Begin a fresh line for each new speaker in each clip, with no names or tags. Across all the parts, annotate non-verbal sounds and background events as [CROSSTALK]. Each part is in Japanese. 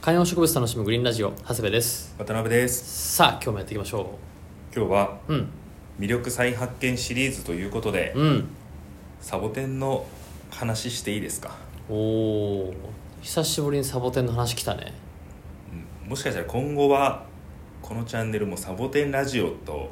観葉植物楽しむグリーンラジオ長谷部です
渡辺です
さあ今日もやっていきましょ
今日は
ううん
魅力再発見シリーズということで
うん
サボテンの話していいですか、
おお久しぶりにサボテンの話来たね
うんもしかしたら今後はこのチャンネルもサボテンラジオと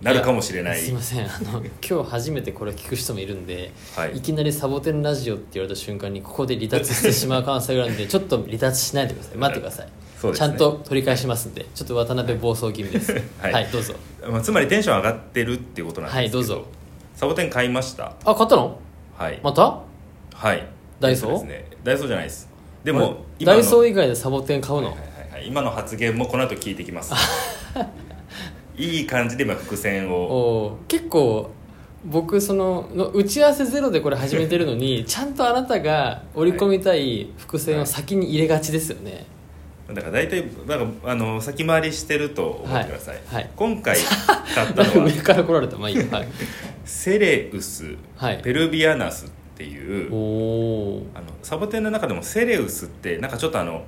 なるかもしれない
やすいませんあの今日初めてこれ聞く人もいるんで、
はい
いきなりサボテンラジオって言われた瞬間にここで離脱してしまう可能性があるんでちょっと離脱しないでください待ってください、
そうで
ち
すね
ゃんと取り返しますんでちょっと渡辺暴走気味です、は、
[LAUGHS] はいい
どうぞ
まあ、つまりテンション上がってるっていうことなんです
は
け
いどうぞ
サボテン買いました
あ買ったの
はい、
また
はい
ダイソー
そうです、ね、ダイソーじゃないですで
あれ
も今
ダイ
の
ソー以外でサボテン買うの、
はいはいはい今の発言もこの後聞いてきます
[LAUGHS]
いい感じで今伏線を
おー結構僕そのの打ち合わせゼロでこれ始めてるのにちゃんとあなたが織り込みたい伏線を先に入れがちですよね、
だから大体なんかあの先回りしてると思ってください、
はいはい
今回買った
だ [LAUGHS] い
の
ぶ
は
上から来られたまあいいよ
[LAUGHS]
はい、
セレウス、
はい
ペルビアナスってい
お
う
お
あのサボテンの中でもセレウスってなんかちょっとあの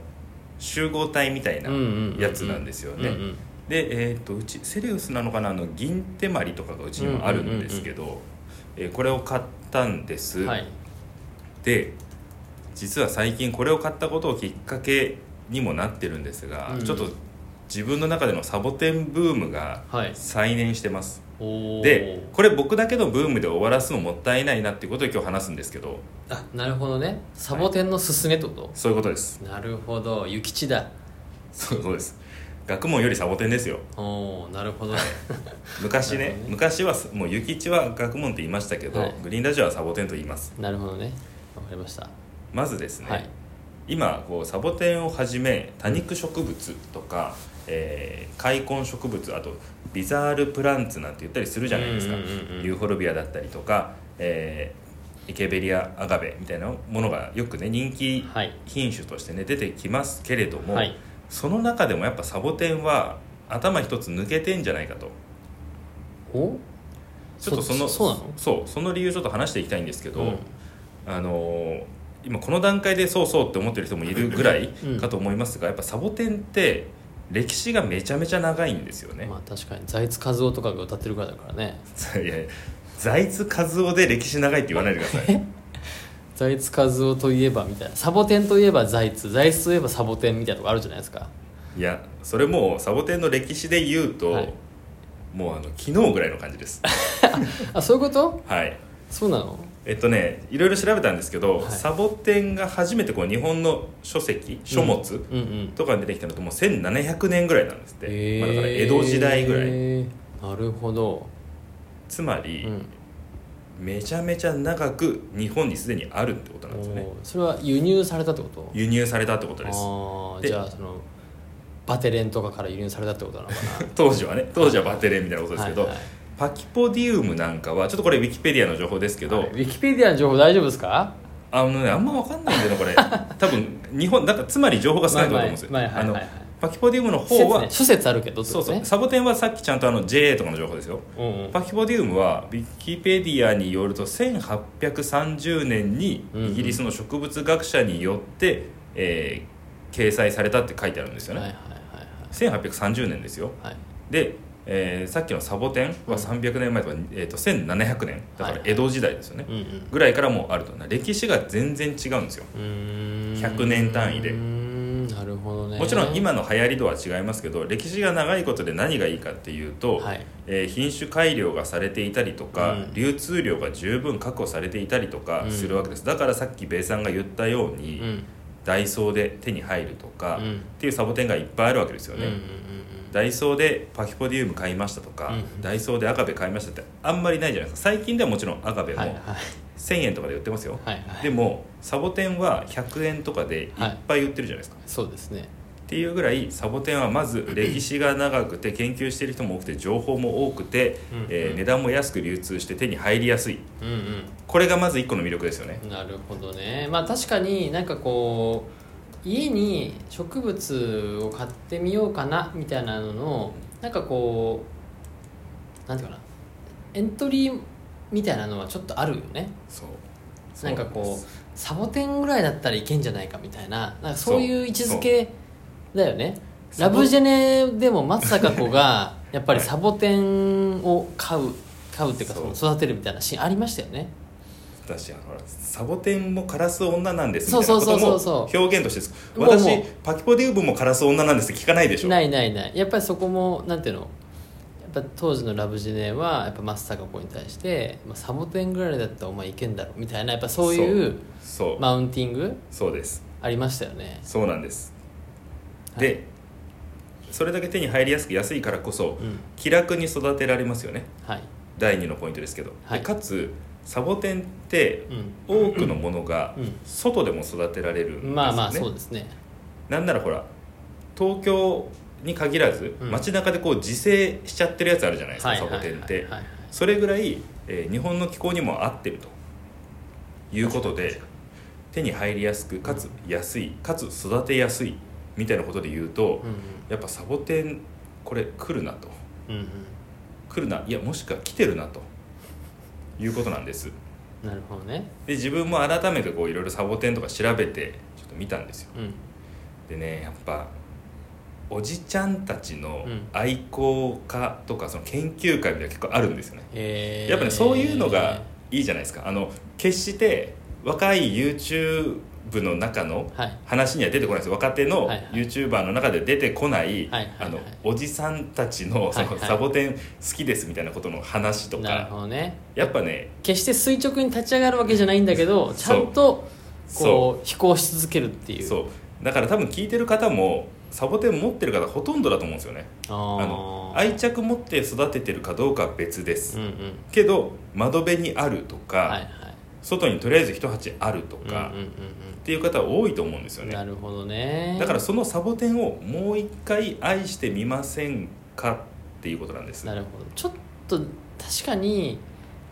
集合体みたいなやつなんですよね、
うんうん
で、えー、とうちセレウスなのかなあの銀手まりとかがうちにもあるんですけど、えーこれを買ったんです、
はい
で実は最近これを買ったことをきっかけにもなってるんですが、
うん
ちょっと自分の中でのサボテンブームが
はい
再燃してます、
おー
でこれ僕だけのブームで終わらすのもったいないなっていうことで今日話すんですけど
あなるほどねサボテンの勧めってこと、
そういうことです
なるほど諭吉だ
そうそうです学問よりサボテンですよ
おおなるほ
[LAUGHS]
ど
昔
なる
ね
ほどね
昔はもう諭吉は学問って言いましたけど、
はい
グリーンラジオはサボテンと言います
なるほどねわかりました
まずですね、
はい
今こうサボテンをはじめ多肉植物とか、えー開根植物あとビザールプランツなんて言ったりするじゃないですか、
うんうんうんうん
ユーフォルビアだったりとか、えーイケベリアアガベみたいなものがよくね人気
はい
品種としてね出てきますけれども、
はい
その中でもやっぱサボテンは頭一つ抜けてんじゃないかと
お
ちょっとその
そうなの
そうその理由ちょっと話していきたいんですけど、
うん
あのー今この段階でそうそうって思ってる人もいるぐらい
うん
かと思いますが、やっぱサボテンって歴史がめちゃめちゃ長いんですよね、
まあ確かに財津和夫とかが歌ってるぐらいだからね
[LAUGHS] いやいや財津和夫で歴史長いって言わないでく
[LAUGHS]
ださい
財津和夫といえばみたいなサボテンといえば財津財津といえばサボテンみたいなとこあるじゃないですか
いやそれもうサボテンの歴史で言うと、
はい
もうあの昨日ぐらいの感じです
あそういうこと
はい
そうなの
えっとねいろいろ調べたんですけど、
はい
サボテンが初めてこう日本の書籍書物、
うんうん
とかに出てきたのともう1700年ぐらいなんですって、まあ、だから江戸時代ぐらい
いなるほど、
つま
う
り、
ん
めちゃめちゃ長く日本にすでにあるってことなんですよね
おーそれは輸入されたってこと
輸入されたってことです
ああ
で
じゃあそのバテレンとかから輸入されたってことなのかな
当時はね当時はバテレンみたいなことですけど、
はいはい
パキポディウムなんかはちょっとこれウィキペディアの情報ですけど、
ウィキペディアの情報大丈夫ですか
あのねあんま分かんないんだよねこ
[LAUGHS]
れ多分日本だからつまり情報が少ないと思うんですよ
まあまあまあ
あの
はいはいはい
パキポディウムの
諸
方
説,、
は、
ね、諸説あるけどってこ
そう
と
そ
ね
うサボテンはさっきちゃんとあの JA とかの情報ですよ
うんうん
パキポディウムはウィキペディアによると1830年にイギリスの植物学者によって、えー掲載されたって書いてあるんですよね、
はいはいはい
1830年ですよ
はいはい
で、えーさっきのサボテンは300年前とか、えー、と1700年だ
は
か
い
ら
はい
江戸時代ですよね、
うんうん
ぐらいからもうあると歴史が全然違うんですよ
100
100年単位で
なるほどね
もちろん今の流行りとは違いますけど歴史が長いことで何がいいかっていうと、
はい
えー品種改良がされていたりとか、
うん
流通量が十分確保されていたりとか
うん
するわけです、だからさっき米さんが言ったよう
う
に、
んうん
ダイソーで手に入るとか、
うん
っていうサボテンがいっぱいあるわけですよ
うんう
ね、
ん
ダイソーでパキポディウム買いましたとか、
うん
ダイソーでアガベ買いましたってあんまりないじゃないですか最近ではもちろんアガベも
はいはい
1000円とかで売ってますよ、
はいはい
でもサボテンは100円とかでいっぱい売ってるじゃないですか、
そうですね
っていうぐらいサボテンは
[LAUGHS]
まず歴史が長くて研究している人も多くて情報も多くて、
うん
えー値段も安く流通して手に入りやすい
うん
これがまず一個の魅力ですよね
うんなるほどねまあ確かになんかこう家に植物を買ってみようかなみたいなののなんかこうなんていうかなエントリーみたいなのはちょっとあるよね
そう
なんかこうサボテンぐらいだったらいけんじゃないかみたいななんかそういう位置づけだよね
そ
ラ
う
ブジェネでも松坂子 [LAUGHS] がやっぱりサボテンを飼う飼うっていうか
そう
その育てるみたいなシーンありましたよね
私あのほらサボテンもカラス女なんです
そう
みたい
そう
なことも
そうそう
表現としてです
もうもう
私パキポデウムもカラス女なんですって聞かないでしょ
ないないないやっぱりそこもなんていうのやっぱ当時のラブジェネはやっぱ松坂子に対して、まあ、サボテンぐらいだったらお前いけんだろみたいなやっぱそういう
そう、
マウンティング
そうです
ありましたよね
そうなんです、
はい
でそれだけ手に入りやすく安いからこそ、
うん
気楽に育てられますよね
はい
第二のポイントですけど、で
はい
かつサボテンって
うん
多くのものが
うん
外でも育てられるんですよね、
まあまあそうですね
なんならほら東京に限らず、
うん
街中でこう自生しちゃってるやつあるじゃないですか、
はいはい
サ
は
ボ
いはい
テンって、
はい
それぐらい、えー日本の気候にも合ってるということで手に入りやすくかつ安いかつ育てやすいみたいなことで言うと、
う
やっぱサボテンこれ来るなと
んうんうん
来るないやもしくは来てるなということなんです
うんなるほどね
で自分も改めてこういろいろサボテンとか調べてちょっと見たんですよ
うん
でねやっぱおじちゃんたちの
うん
愛好家とかその研究会みたいなの結構あるんですよね、
えー
やっぱねそういうのがいいじゃないですかあの決して若い YouTube の中の
はい
話には出てこないです若手の
はいはい
YouTuber の中で出てこない
はいはいはい
あのおじさんたちのそ
はいは
の
い
サボテン好きですみたいなことの話と
なる
か
ほどね
やっぱね
決して垂直に立ち上がるわけじゃないんだけどちゃんと
そう
こう飛行し続けるっていう
そうだから多分聞いてる方もサボテン持ってる方ほとんどだと思うんですよね
あ
あの
の
愛着持って育ててるかどうかは別です、
うんうん
けど窓辺にあるとか、
はいはい
外にとりあえず一鉢あると
うんうん
か、
うん
っていう方多いと思うんですよ
うんな
ね
るほどね
だからそのサボテンをもう一回愛してみませんかっていうことなんです
なるほどちょっと確かに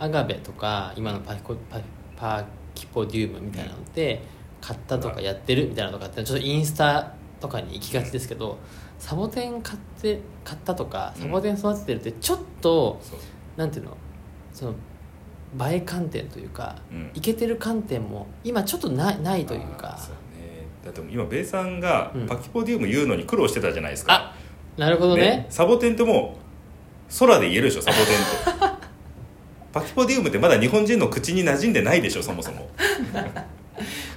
アガベとか今のパキコパパキポデュームみたいなのって買ったとかやってるみたいなのとかってちょっとインスタとかに行きがちですけどサボテン買って買ったとか
うん
サボテン育ててるってちょっと、
そう
なんていうのその映え観点というか
うん
イケてる観点も今ちょっとないないという
あ
か
ーそうねだって今ベイさんが
うん
パキポディウム言うのに苦労してたじゃないですか、
なるほどね
サボテンってもう空で言えるでしょサボテンって
[LAUGHS]
パキポディウムってまだ日本人の口に馴染んでないでしょそもそも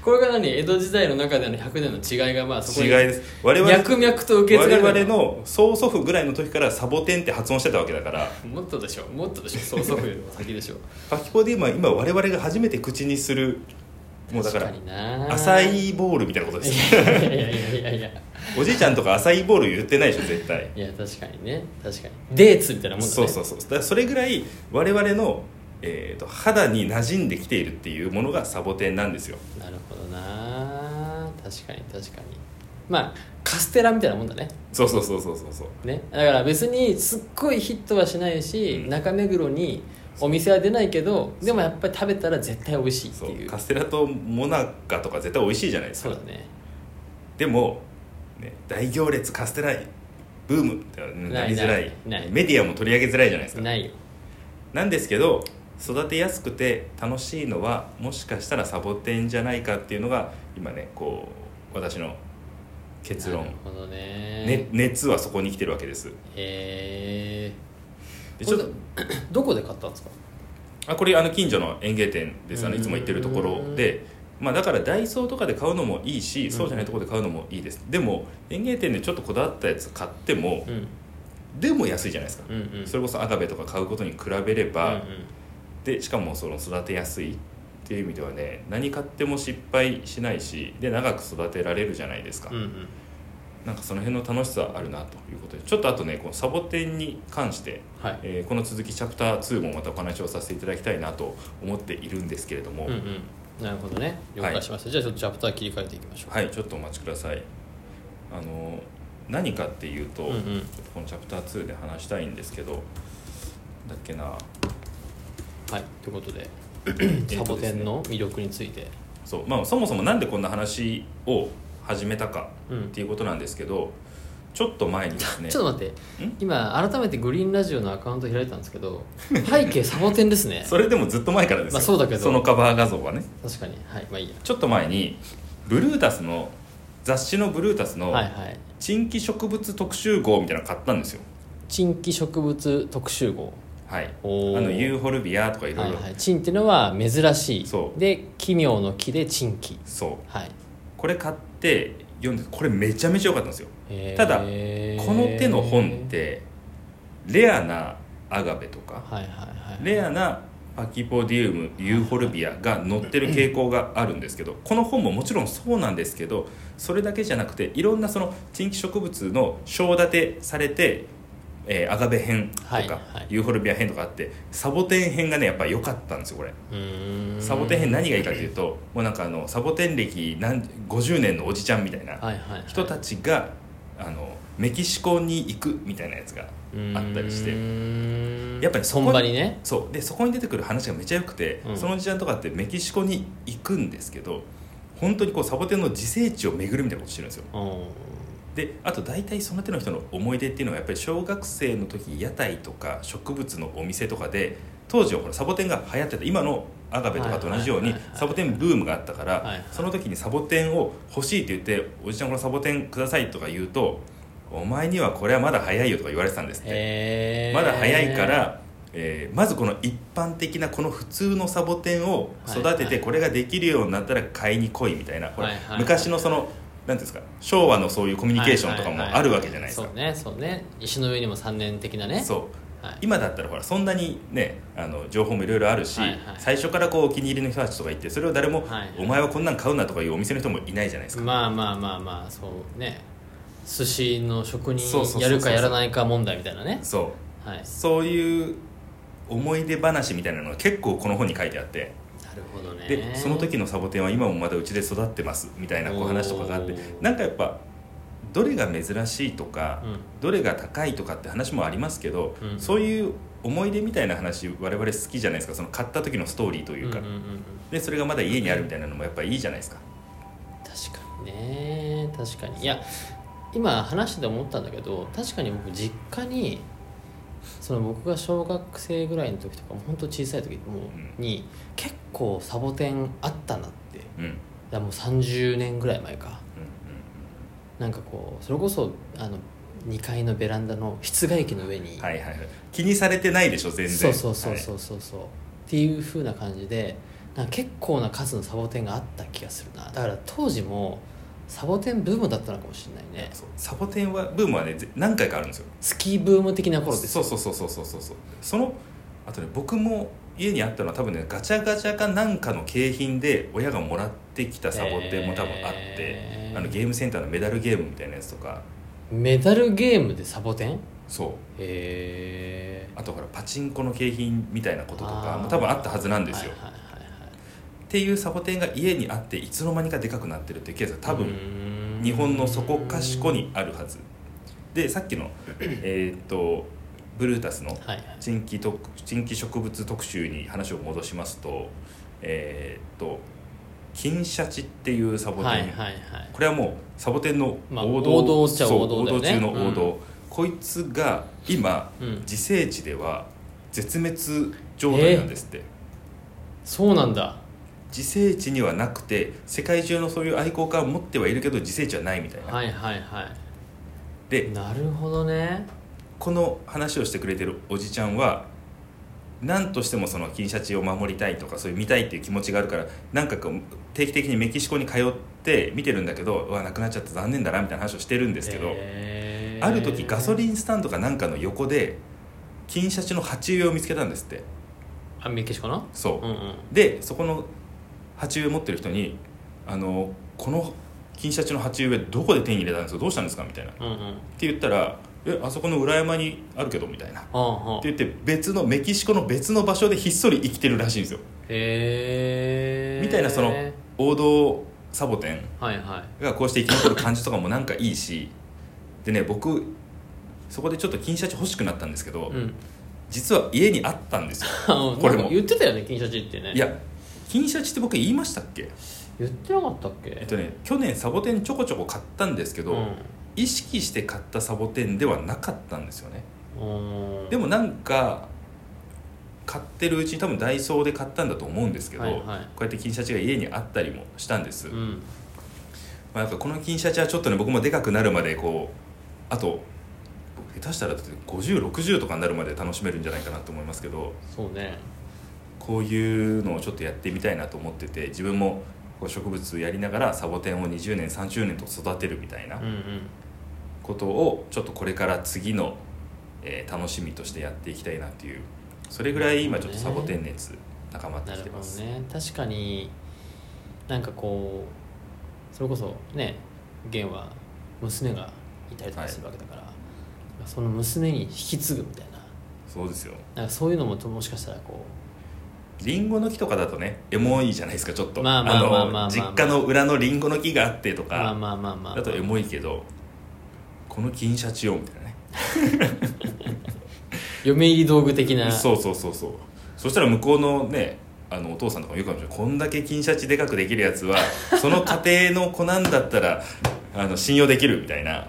これが何江戸時代の中での100年の違いがまあそこ
違い
に
です我々
脈々と受け継がれる
我々の曽祖父ぐらいの時からサボテンって発音してたわけだから
もっとでしょもっとでしょ曽祖父よりも先でしょ
パキポディウムは今我々が初めて口にするもうだから
確にな
アサイーボールみたいなことで
い
す
やいやいやいやいや
おじいちゃんとかアサイーボール言ってないでしょ絶対
いや確かにね確かにデーツみたいなもんだね
そうそうそうだからそれぐらい我々の、えー、と肌に馴染んできているっていうものがサボテンなんですよ
なるほどな確かに確かにまあカステラみたいなもんだね
そうそうそうそうそうそう
ねだから別にすっごいヒットはしないし、
うん
中目黒にお店は出ないけどでもやっぱり食べたら絶対美味しいって
そ
いうう
カステラとモナカとか絶対美味しいじゃないです
そう
か
だね
でも、ね、大行列カステラブームってなりづらい
ないない
メディアも取り上げづらいじゃないですか
ないよ
なんですけど育てやすくて楽しいのはもしかしたらサボテンじゃないかっていうのが今ねこう私の結論
なる、ほどね
ね、熱はそこに来てるわけです
え
でちょっと
これどこで買ったんですか
あこれあの近所の園芸店ですあのいつも行ってるところで、まあ、だからダイソーとかで買うのもいいしそうじゃないところで買うのもいいですでも園芸店でちょっとこだわったやつ買っても
うん
でも安いじゃないですか
うんうん
それこそアガベとか買うことに比べれ
うん
ば、
うん
でしかもその育てやすいっていう意味ではね何買っても失敗しないしで長く育てられるじゃないですか、
うんうん
なんかその辺の楽しさあるなということでちょっとあとねこのサボテンに関して、
はい
えーこの続きチャプター2もまたお話をさせていただきたいなと思っているんですけれども、
うんうんなるほどね了解しました、じゃあちょっとチャプター切り替えていきましょう
はいちょっとお待ちくださいあの何かっていうと、
うんうん
ちょっとこのチャプター2で話したいんですけどだっけな
はいということで
すね
サボテンの魅力について
そうまあ、そもそもなんでこんな話を始めたか
うん
っていうことなんですけど、ちょっと前にです
[LAUGHS]
ね
ちょっと待って
ん
今改めてグリーンラジオのアカウント開いたんですけど背景サボテンですね
それでもずっと前からですよ、
まあそうだけど
のカバー画像はね
確かにはいまあいいや
ちょっと前にブルータスの雑誌のブルータスの
はいはい
珍奇植物特集号みたいなの買ったんですよ
珍奇植物特集号
はいあ
おー
のユーフォルビアとかいろ
はいい
ろ
はい珍っていうのは珍しい
そう
で奇妙の奇で珍奇
そう
はい
これ買って読んでこれめちゃめちゃ良かったんですよ
へー
ただここの手の本ってレアなアガベとか
はいはいはい
レアなパキポディウムユーフォルビアが載ってる傾向があるんですけどこの本ももちろんそうなんですけどそれだけじゃなくていろんなその珍奇植物の章立てされて、えーアガベ編とか、
はいはい
ユーフォルビア編とかあってサボテン編がねやっぱ良かったんですよこれ。
うーん
サボテン編何がいいかというともうなんかあのサボテン歴何50年のおじちゃんみたいな
はいはいはい
人たちがあのメキシコに行くみたいなやつがあったりして
うーん
やっぱりそこに
本場にね
そうでそこに出てくる話がめちゃよくて、
うん
そのおじちゃんとかってメキシコに行くんですけど本当にこうサボテンの自生地を巡るみたいなことしてるんですよ
うん
であと大体その手の人の思い出っていうのはやっぱり小学生の時屋台とか植物のお店とかで当時はほらサボテンが流行ってた今のアガベとかと同じよう
は
に
いはいはいはい
サボテンブームがあったから、
いはい
その時にサボテンを欲しいって言って「おじちゃんこのサボテンください」とか言うと「お前にはこれはまだ早いよ」とか言われてたんですって。
へー
まだ早いから、えーまずこの一般的なこの普通のサボテンを育て
はいは
て
い
これができるようになったら買いに来いみたいな、これ
はいはいはい
昔のその何ていうんですか昭和のそういうコミュニケーションとかもあるわけじゃないですか、
はいはいはいそうねそうね石の上にも3年的なね
そう
はい
今だったらほらそんなにねあの情報もいろいろあるし、
はいはい
最初からこうお気に入りの人たちとか行ってそれを誰も、
はい
お前はこんなん買うな」とかいうお店の人もいないじゃないですか、
まあまあまあまあそうね寿司の職
そうそうそうそう
人やるかやらないか問題みたいなね
そう
はいな
そういう思い出話みたいなのが結構この本に書いてあって
るほどね
でその時のサボテンは今もまだうちで育ってますみたいなこう話とかがあって
おー
なんかやっぱどれが珍しいとか、
うん
どれが高いとかって話もありますけど、
うん
そういう思い出みたいな話我々好きじゃないですかその買った時のストーリーというか、
んんんん
でそれがまだ家にあるみたいなのもやっぱいいじゃないですか、
確かにね確かにいや今話してて思ったんだけど確かに僕実家にその僕が小学生ぐらいの時とか本当小さい時も
う
に結構サボテンあったなってい
うんうんうん
やもう30年ぐらい前かなんかこうそれこそあの2階のベランダの室外機の上に、
うんはいはいはい気にされてないでしょ全然
そうそうそうそううそうそう、っていう風な感じでなんか結構な数のサボテンがあった気がするなだから当時もサボテンブームだったのかもしれないね
そうサボテンはブームはねぜ何回かあるんですよ
スキーブーム的な頃です
そうそうそうそうそうそうそうそのあとね僕も家にあったのは多分ねガチャガチャかなんかの景品で親がもらってきたサボテンも多分あって、
へー
あのゲームセンターのメダルゲームみたいなやつとか
メダルゲームでサボテンへ
そう
え
あとほらパチンコの景品みたいなこととか
あー
も多分あったはずなんですよ、
はいはいはいはい
っていうサボテンが家にあっていつの間にかでかくなってるっていうケースが
う
多分
ーん
日本のそこかしこにあるはずでさっきのえーっとブルータスの
はいはい
珍奇特珍奇植物特集に話を戻しますとえーっと金シャチっていうサボテン、
はいはいはい
これはもうサボテンの
まあ
王道,、
王道っちゃ
そう
王道だよね
王中の王道、こいつが今、
うん
自生地では絶滅状態なんですって、
そうなんだ
自生地にはなくて世界中のそういう愛好家は持ってはいるけど自生地はないみたいな、
はいはいは
で
いなるほどね
この話をしてくれてるおじちゃんは何としてもその金シャチを守りたいとかそういう見たいっていう気持ちがあるからなんかこう定期的にメキシコに通って見てるんだけどうわなくなっちゃって残念だなみたいな話をしてるんですけど、
へー
ある時ガソリンスタンドかなんかの横で金シャチの鉢植えを見つけたんですって
あメキシコの
そう
う、んうん
でそこの鉢植え持ってる人に「あのこの金シャチの鉢植えどこで手に入れたんですかどうしたんですか?」みたいなっ
うんうん
て言ったら「えあそこの裏山にあるけど」みたいな
うんうん
って言って別のメキシコの別の場所でひっそり生きてるらしいんですよ
へえ
みたいなその
はい
王道サボテン
は
がこうして生き残る感じとかもなんかいいしでね僕そこでちょっと金シャチ欲しくなったんですけど、
いうん
実は家にあったんですよこ
な
れ
んか
も
言ってたよね金シャチってね
いや金シャチって僕言いましたっけ
言ってなかったっけ
えっとね去年サボテンちょこちょこ買ったんですけど、
うん
意識して買ったサボテンではなかったんですよね
うん
でもなんか買ってるうちに多分ダイソーで買ったんだと思うんですけど、
はいはい
こうやって金シャチが家にあったりもしたんです、
うん
まあ、やっぱこの金シャチはちょっとね僕もでかくなるまでこうあと下手したらだって5060とかになるまで楽しめるんじゃないかなと思いますけど
そうね
こういうのをちょっとやってみたいなと思ってて自分もこう植物やりながらサボテンを20年30年と育てるみたいな
うんうん
ことをちょっとこれから次の、えー楽しみとしてやっていきたいなっていうそれぐらい今ちょっとサボテン熱高まって
な
きて
るほ
ま
ど
す、
ね確かになんかこうそれこそね源は娘がいたりとかするわけだから、その娘に引き継ぐみたいな
そうですよ
なんかそういうのもともしかしたらこ
リンゴの木とかだとねエモいじゃないですかちょっと
まあまあまあまあまあまあ
あの実家の裏のリンゴの木があってと
うまあ
か
まあまあまあ、
だとエモいけどこの金シャチをみたいなね
嫁入り道具的な
そうそうそうそうそしたら向こうのねあのお父さんとかも言うかもしれないこんだけ金シャチでかくできるやつはその家庭の子なんだったらあの信用できるみたいな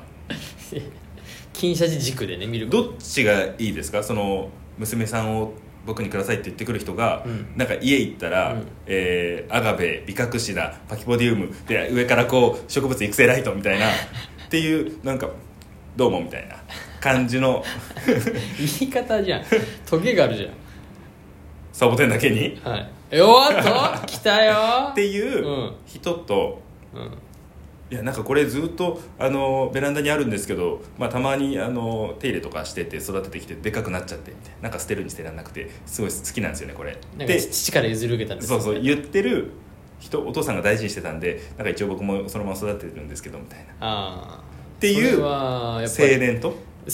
金シャチ軸でね見ること
どっちがいいですかその娘さんを僕にくださいって言ってくる人が、
うん
なんか家行ったら、
うん
えーアガベビカクシダパキポディウムで上からこう植物育成ライトみたい
[LAUGHS]
なっていうなんかどうもみたいな感じの
言い方じゃんトゲがあるじ
サボテンだけに
ゃんはいえおーっと来たよー
っていう
うん
人と、
うん
いやなんかこれずっとあのベランダにあるんですけど、まあ、たまにあの手入れとかしてて育ててきてでかくなっちゃってみたいななんか捨てるに捨てられなくてすごい好きなんですよねこれ
なんか
で
父から譲り受けたんです
そ
よ
うそう言ってる人お父さんが大事にしてたんでなんか一応僕もそのまま育ててるんですけどみたいな
ああ
ていう
はやっ
青
ぱり
年と
[LAUGHS] い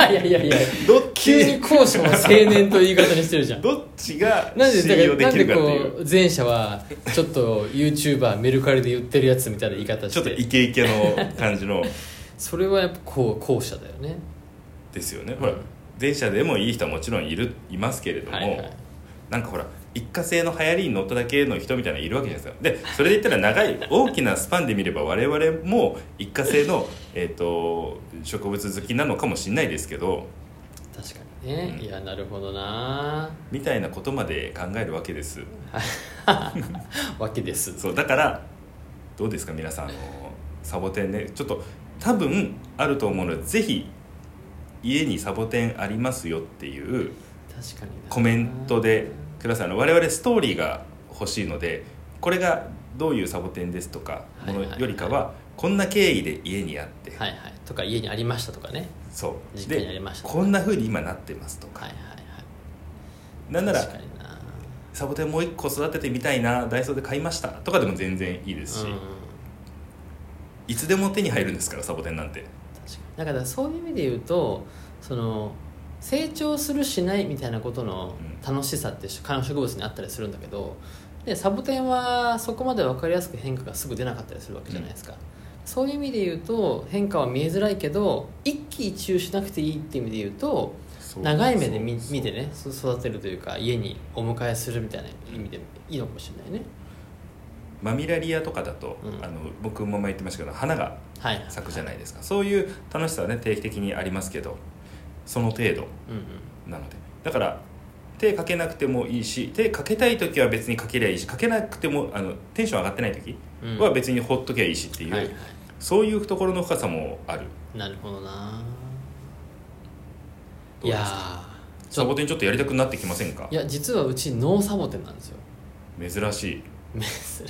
やいやいや
どっち
急に後者も青年という言い方にしてる
[LAUGHS]
じゃん
どっちが
なんで
信用で
だ
き
から
るかって
ないんでこ
う
う前者はちょっと YouTuber メルカリで言ってるやつみたいな言い方
ちょ
し
っと
て
イケイケの感じの
それはやっぱこう後者だよね
ですよねほら前者でもいい人はもちろんいるいますけれども、
はいはい
なんかほら一過性の流行りに乗っただけの人みたいなのいるわけじゃないですかでそれで言ったら長い大きなスパンで見れば我々も一過性の、えー、と植物好きなのかもしれないですけど
確かにね、
うん
いやなるほどな
みたいなことまで考えるわけです
わけです
そうだからどうですか皆さんあのサボテンねちょっと多分あると思うのでぜひ家にサボテンありますよっていう
確かにな
コメントでくださいあの我々ストーリーが欲しいのでこれがどういうサボテンですとか
はい
も
はい
の
はい
よりかはこんな経緯で家にあって、
はいはいとか家にありましたとかね
そう
実家にありました
でこんなふうに今なってますとか、
はいはいはい
なんなら
確かにな
サボテンもう一個育ててみたいなダイソーで買いましたとかでも全然いいですし、
うん
いつでも手に入るんですからサボテンなんて
確かにだからそういう意味で言うとその成長するしないみたいなことの楽しさって観葉植物にあったりするんだけどでサボテンはそこまで分かりやすく変化がすぐ出なかったりするわけじゃないですか、そういう意味で言うと変化は見えづらいけど一喜一憂しなくていいっていう意味で言うと長い目で見見てねそ育てるというか家にお迎えするみたいな意味でいいのかもしれないね
マミラリアとかだと、
うん
あの僕も前言ってましたけど花が
はいはい
咲くじゃないですか、そういう楽しさはね定期的にありますけどその程度
うんうん
なのでだから手かけなくてもいいし手かけたい時は別にかけりゃいいしかけなくてもあのテンション上がってない時
うん
は別にほっときゃいいしっていう、
はいは
そういう懐の深さもある
いなるほどな
ど
いう
です
や
か
ーち
サ
ょ
ボテンちょっとやりたくなってきませんか
いや実はうちノーサボテンなんですよ [LAUGHS]
珍しい
珍しい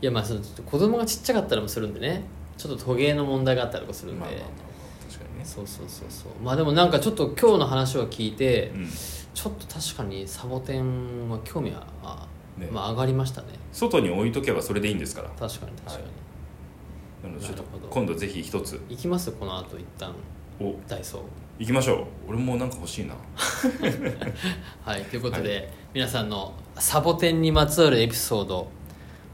いやまあその子供がちっちゃかったりもするんでねちょっとトゲの問題があったりとかするんで、
まあまあまあまあ確かにね
そうそうそうそうまあでもなんかちょっと今日の話を聞いて、
うん
ちょっと確かにサボテンは興味は、あ
ね
まあ上がりましたね
外に置いとけばそれでいいんですから
確かに確かに、
はなのでちょっと
なるほど
今度ぜひ一つ
行きますこの後一旦
お
ダイソー
行きましょう俺もなんか
[LAUGHS]
欲しいな
はいということで、皆さんのサボテンにまつわるエピソード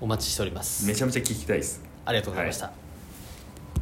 お待ちしております
めちゃめちゃ聞きたいです
ありがとうございました、
は